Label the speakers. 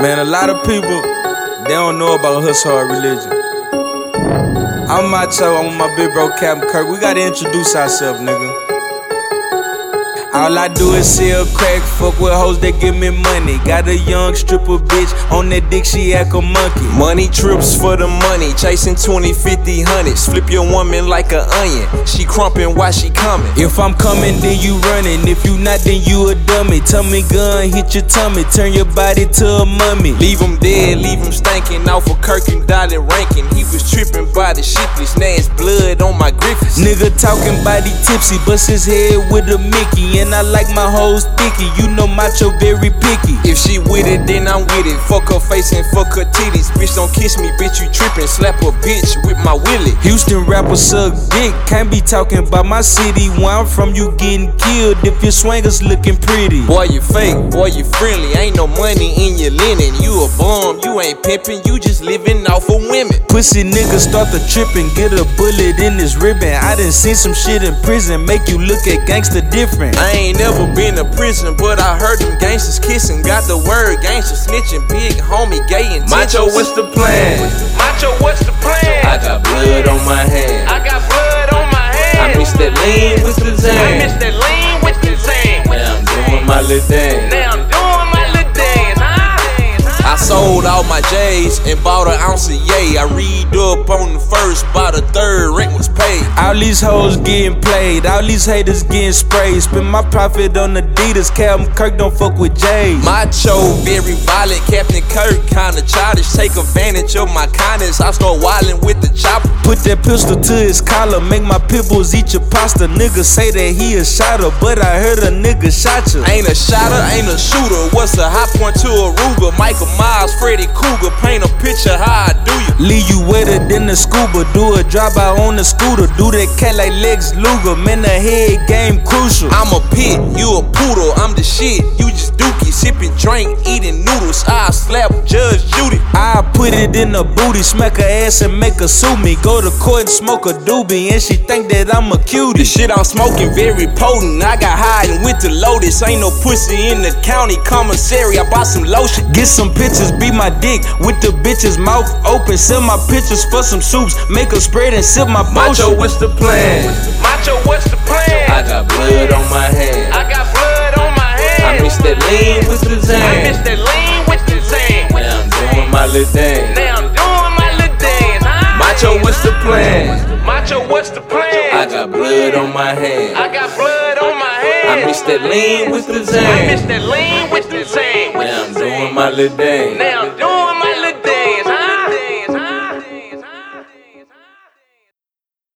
Speaker 1: Man, a lot of people, they don't know about Hus Hard Religion. I'm Macho, I'm with my big bro Captain Kirk. We gotta introduce ourselves, nigga. All I do is sell crack, fuck with hoes that give me money. Got a young stripper bitch on that dick, she act a monkey.
Speaker 2: Money trips for the money, chasing 20, 50, hundreds. Flip your woman like a onion. She crumpin' while she coming.
Speaker 1: If I'm coming, then you running. If you not, then you a dummy. Tummy gun, hit your tummy, turn your body to a mummy.
Speaker 2: Leave him dead, leave him stankin'. Off of Kirk and Dolly Rankin. He was trippin' by the shitless. Now it's blood on my Griffins.
Speaker 1: Nigga talking body tipsy, bust his head with a Mickey. And I like my hoes thicky, you know macho very picky.
Speaker 2: If she with it, then I'm with it. Fuck her face and fuck her titties. Bitch, don't kiss me, bitch, you trippin'. Slap a bitch with my willy.
Speaker 1: Houston rappers suck dick, can't be talking about my city. Where I'm from, you getting killed if your swangers looking pretty.
Speaker 2: Boy, you fake, boy, you friendly. Ain't no money in your linen. You a bum, you ain't pimpin', you just livin' off of women.
Speaker 1: Pussy niggas start to trippin', get a bullet in his ribbon. I done seen some shit in prison, make you look at gangster different.
Speaker 2: I ain't never been to prison, but I heard them gangsters kissing. Got the word gangster snitching, big homie gay and
Speaker 3: Macho, what's the plan?
Speaker 4: Macho, what's the plan?
Speaker 3: I got blood on my hand.
Speaker 4: I got blood on my hand.
Speaker 3: I mix that lean with the zan.
Speaker 4: I mix that lean with the zan.
Speaker 3: Now I'm doing my little dance.
Speaker 4: Now I'm doing my little dance, huh?
Speaker 2: I sold all my J's and bought an ounce of yay. I read up on the first, by the third, rent was paid.
Speaker 1: All these hoes getting played, all these haters getting sprayed. Spend my profit on Adidas, Captain Kirk don't fuck with J's.
Speaker 2: Macho, very violent, Captain Kirk, kinda childish. Take advantage of my kindness, I start wildin' with the chopper.
Speaker 1: Put that pistol to his collar, make my pitbulls eat your pasta. Nigga say that he a shotter, but I heard a nigga shot ya.
Speaker 2: Ain't a shotter, ain't a shooter. What's a hot point to Aruba? Michael Myers, Freddy Cougar, paint a picture how I do you.
Speaker 1: Leave you wetter than the scuba, do a drive-by on the scooter, do that cat like Lex Luger, man, the head game crucial.
Speaker 2: I'm a pit, you a poodle, I'm the shit. You just dookie, sipping drink, eating noodles. I slap Judge Judy.
Speaker 1: I put it in her booty, smack her ass and make her sue me. Go to court and smoke a doobie, and she think that I'm a cutie.
Speaker 2: The shit I'm smoking very potent. I got high and went to Lotus. Ain't no pussy in the county commissary. I bought some lotion.
Speaker 1: Get some pictures, be my dick with the bitch's mouth open. Send my pictures for some soups, make her spread and sip my
Speaker 3: Macho,
Speaker 1: potion.
Speaker 3: what's the plan?
Speaker 4: Macho, what's the plan?
Speaker 3: I got blood on my hand.
Speaker 4: I got blood on my hand.
Speaker 3: I mix that lean with the zan.
Speaker 4: I mix that lean with the zan.
Speaker 3: Now I'm doing my little dance.
Speaker 4: Now I'm doing my little dance, huh?
Speaker 3: Macho, what's the plan?
Speaker 4: Macho, what's the plan?
Speaker 3: I got blood on my hand.
Speaker 4: I got blood on my hand.
Speaker 3: I mix that lean with the
Speaker 4: I mix
Speaker 3: zan.
Speaker 4: that lean with the zan.
Speaker 3: Now I'm doing my little dance.
Speaker 4: Now I'm doing